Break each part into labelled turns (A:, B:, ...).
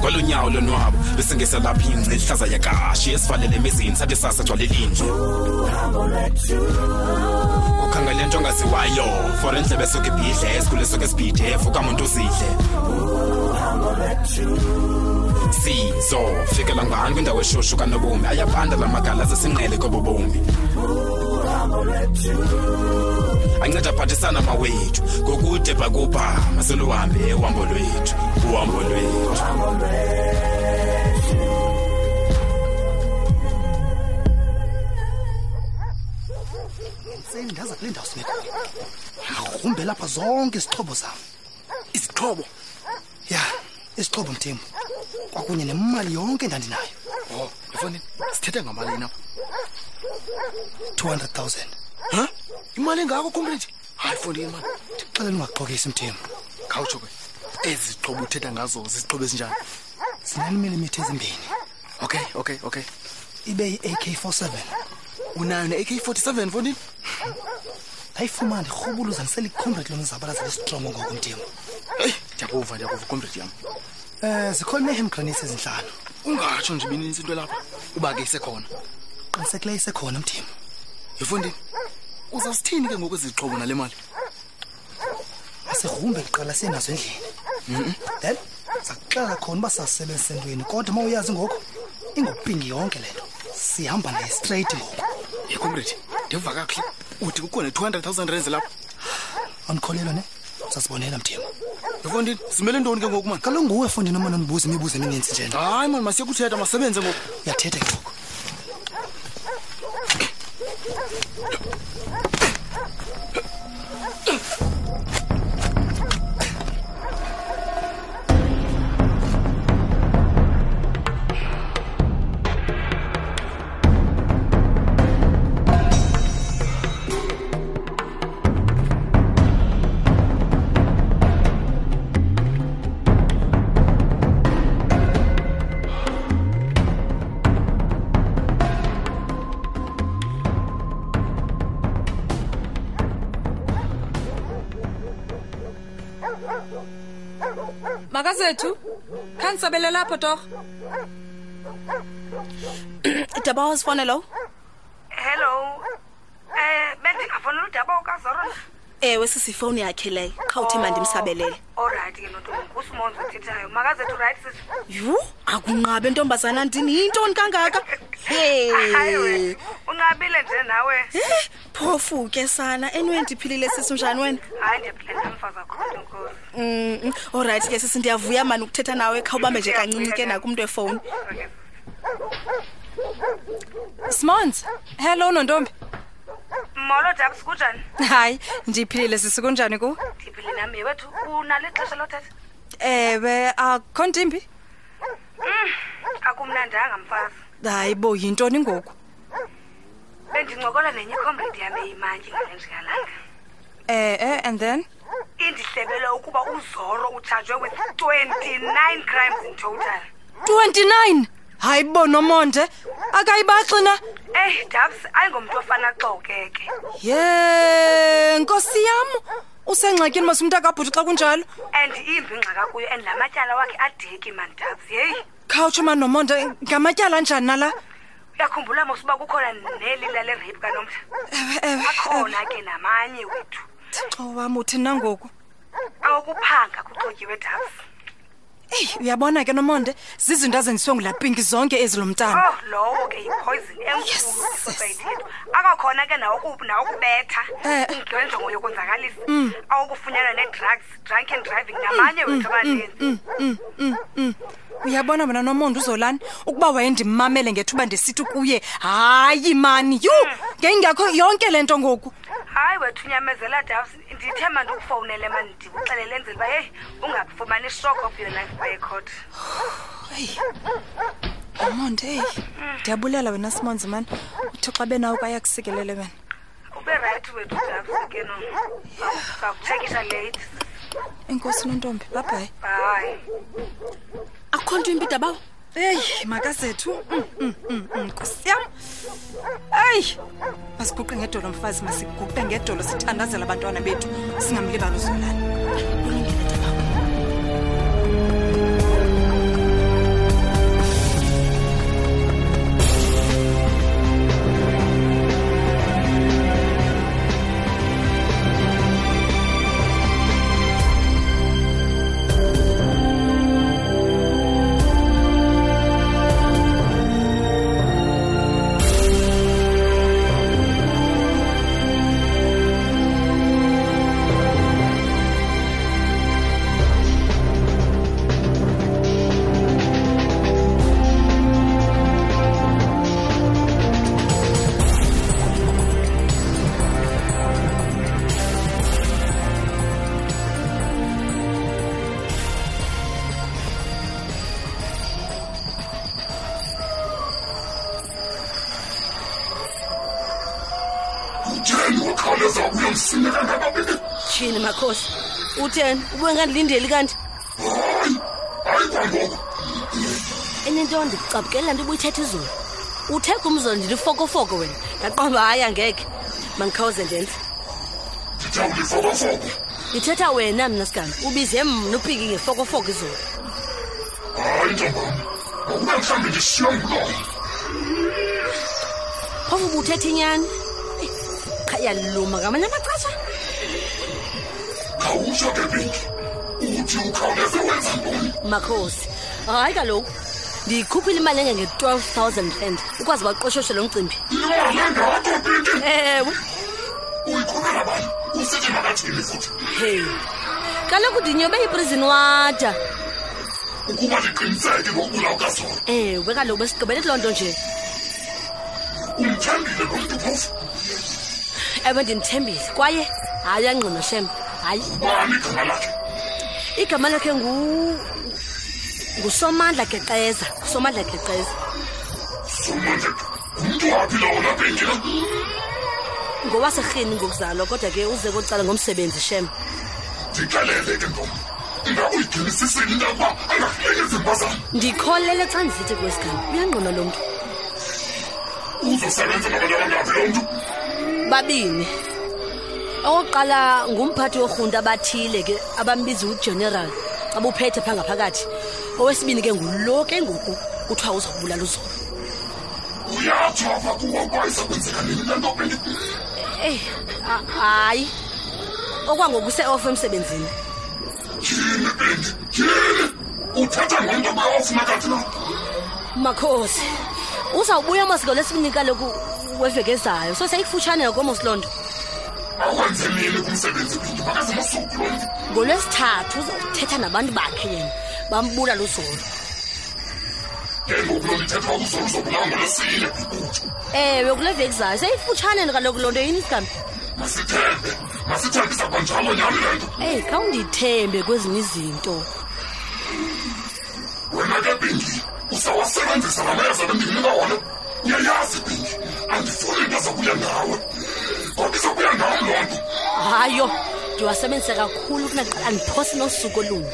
A: kwalonyawo lonwabo besingeselapha ingci ihlaza yakashi esivalele emizini sathi sasa gcwale linje ukhangele nto ongaziwayo for endlebe esuke ibhidle esikhule esuke esibhidef ukamuntu uzidle sizo fikela ngani kwindawo eshushu kanobomi ayabanda la magala zesinqele kobobomi anceda aphathisana mawethu ngokude bhakubha maseluhambe uhambo lwethu uhambo lwethu
B: sendaza kule ndawo singekuyo ngrumbe lapha zonke izixhobo zam
C: isixhobo
B: ya isixhobo mthembu kwakunye nemali yonke endandinayo
C: o efowunini sithetha ngamalini apha
B: 200 000
C: ha imali engako comrade hayi fowunini mani
B: xelela ungaxokisi mthembu
C: khawutsho ke ezi zixhobo uthetha ngazo zizixhobo ezinjani
B: zinanimilimitha ezimbini
C: okay okay okay
B: ibe yi-ak47
C: unayo ne-ak forty seven fowunini
B: ndayifumana irhubuluza ndiselikhombret lomzabalazela isitrongo ngoku mthembu
C: eyi ndiyakuva ndiyakuva comrade yam
B: um zikhona nee-ham granites ezintlanu
C: ungatsho nje ibinintsi into lapha uba ke isekhona
B: qinisekileyo isekhona mthembu
C: yefowunini uzasithini ke ngoku ezi zixhobo nale mali
B: asigrumbe kuqala senazo endlini then sakuxelela khona uba sasisebenzisa entweni kodwa uma uyazi ngoku ingupingi yonke le nto sihamba naye straight ngoku
C: ye comrade ndiva kakuhle uthi kukhona i-two hundred thousand rands lapha
B: awundikholelwa ne uzasibonela mthembu
C: efowunini simele ntoni ke ngoku mani
B: kalo nguwe efondini omana undibuza imibuzo emininzi njena
C: hayi mani masiye kuthetha masebenze ngoku
B: uyathetha ke ngoku
D: makazethu khandisabele lapho torho daba wasifone lowo
E: hello eh bendingafonela udaba ukazoro na
D: ewe sisifowuni yakhe leyo qhawuthi mandimsabelele
E: olrayithi Oh, ke nonto ngusimonzi othethayo makazethu rayithi sisi
D: yhu akunqabe ntombazana ndini yintoni kangaka
E: hayi
D: hey
E: wena unqabile nje nawe
D: Eh, phofu ke sana enweni ndiphilile sisi njani wena
E: hayi ndiyaphila ndamfaza khona nkosi
D: Mm, mm. olrayithi ke sisi ndiyavuya mani ukuthetha nawe khawubambe nje kancinci ke nako umntu efowuni
E: Okay.
F: smons hello nontombi
E: molo daba sikunjani
F: hayi ndiphilile sisi kunjani ku
E: ndiphile nam ye wethu unalo ixesha lothetha
F: ewe akho ntimbi
E: Mm, akumnandanga mfazi
F: hayi bo yintoni ngoku
E: bendincokola nenye icomrade yam eyimantyi ngale njikalanga
F: eh eh and then
E: indihlebele ukuba uzoro utshajwe with 29 crimes in total
F: 29 hayi bo nomonde akayibaxi na
E: eyi dabs Eh, ayingomntu ofana xawuke ke
F: ye nkosi yam usengxakini masumntu akabhuti xa kunjalo
E: and imbi ingxaka kuyo and la matyala wakhe adeki mani dabs yeyi
F: khawutsho mani nomonde ngamatyala anjani nala
E: uyakhumbula mos uba kukhona nelila lereyiphu kanomhla
F: ewe ewe
E: akhona ke namanye wethu
F: thixo wam uthi nangoku
E: awokuphanga kuxotyiwe dabs
F: eyi uyabona ke nomonde zizinto azenziwe ngulapinki zonke ezilo mntana
E: oh lowo ke yipoison enkulu kwisociety yethu akakhona ke nawoku- nawokubetha
F: Eh. Mm.
E: ngenjongo yokonzakalisa awokufunyanwa nee-drugs drunk and driving namanye wethu
F: mm.
E: abaninzi
F: uyabona mna nomonde uzolani ukuba wayendimamele ngethuba ndisithi kuye hayi mani yhu ngeyingekho yonke le nto ngoku
E: hayi wethu unyamezela dabs ndithe mandikufowunele mani ndikuxelele enzela uba yeyi ungakufumani shock of your life by court
F: eyi nomonde eyi ndiyabulela wena simonzi mani uthixo abenawo kwayakusikelele wena
E: ube rayithi wethu dabs ke no ndakutshekisha late
F: enkosi nontombi babhayi
E: bhayi
D: akukho nto imbi dabawo
F: eyi makazethu Mm, mm, mm, mm, nkosi yam eyi masiguqe ngedolo mfazi masiguqe ngedolo sithandazela abantwana bethu singamlibali uzolani
D: kulungile dabawo tyhini makhosi utheni ubuye ngandilindeli kanti enye into ndikucaphukela nto ubuyithetha izulu uthe kumzolo ndilifokofoko wena ndaqomba hayi angeke mandikhawuze ndenze ndithetha wena mna sikani ubize
F: Hm,
D: mna uphiki ngefokofoko izulu phofu ubuthetha inyani Eh, qhayaliluma ngamanye amaxesha makhosi hayi kaloku ndiyikhuphile imali engange-twelve thousand rand ukwazi baqoshoshe lo mcimbi ewe hey kaloku ndinyobe iprison wada ewe kaloku besigqibele kuloo nto nje ewe ndimthembile kwaye hayi angqina shem hayi igama lakhe ngu ngusomandla geqeza somandla geqeza ngowaserhini ngokuzalwa kodwa ke uze kocala ngomsebenzi shem ndikholele xa ndisithi kwesigama uyangqina lo mntu babini okokuqala ngumphathi worhunta abathile ke abambizi ugeneral abuphethe phaa ngaphakathi owesibini ke ngulo ke ngoku kuthiwa uzawubulala uzolo eyi ha- hayi okwangoku se-off emsebenzini makhosi uzawubuya amasiko lesibini kaloku weveke ezayo so seyikufutshane nakomos loo nto ngolwesithathu uzawuthetha nabantu bakhe yena bambula luzolo ewe kule veki zayo seyifutshane kaloku loo nto yini sikambi eyi khawundithembe kwezinye izinto hayo ndiwasebenzise kakhulu kunaqala andiphose nosuku olunye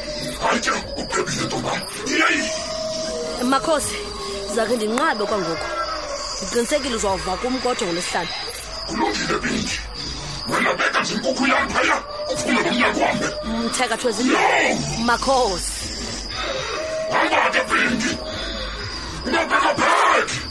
D: makhosi zakhe ndinqabe kwangoku ndiqinisekile uzawuva kum kodwa ngolwesihlanu mtheka thwezinto makhosi
A: Ungapheki!